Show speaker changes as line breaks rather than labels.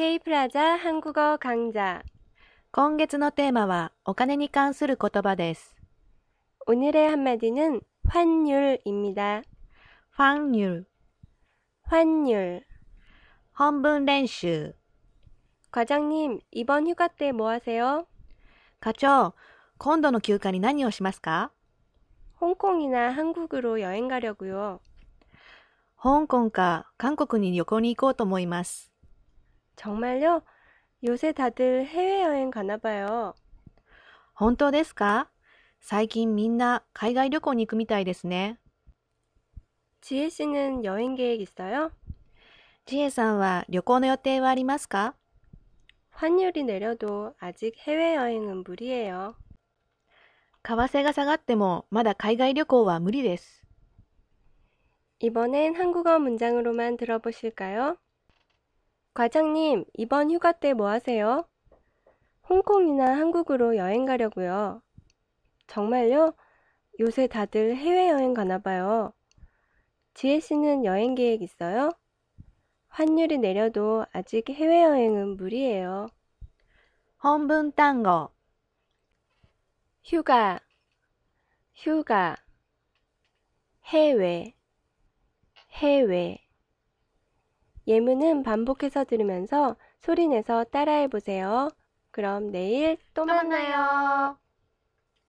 K プラザ한국어講座
今月のテーマはお金に関する言葉です。
오늘의 한마디는 환율입니다.
ファンニュル、
환율.
本文練習。
과장님, 이번 휴가 때 뭐 하세요?
課長、今度の休暇に何をしますか
홍콩이나 한국으로 여행 가려고요.
香港か韓国に旅行に行こうと思います。
정말요? 요새 다들 해외여행 가나 봐요.
本当ですか最近みんな海外旅行に行くみたいですね。
지혜 씨는 여행 계획 있어요?
ジエさんは旅行の予定はありますか
환율이 내려도 아직 해외여행은 무리예요.
為替が下がってもまだ海外旅行は無理です。
이번엔 한국어 문장으로만 들어보실까요? 과장님, 이번 휴가 때 뭐 하세요? 홍콩이나 한국으로 여행 가려고요. 정말요? 요새 다들 해외여행 가나 봐요. 지혜 씨는 여행 계획 있어요? 환율이 내려도 아직 해외여행은 무리예요.
本文単語、
휴가, 휴가, 해외, 해외. 예문은 반복해서 들으면서 소리내서 따라해 보세요. 그럼 내일 또 만나요.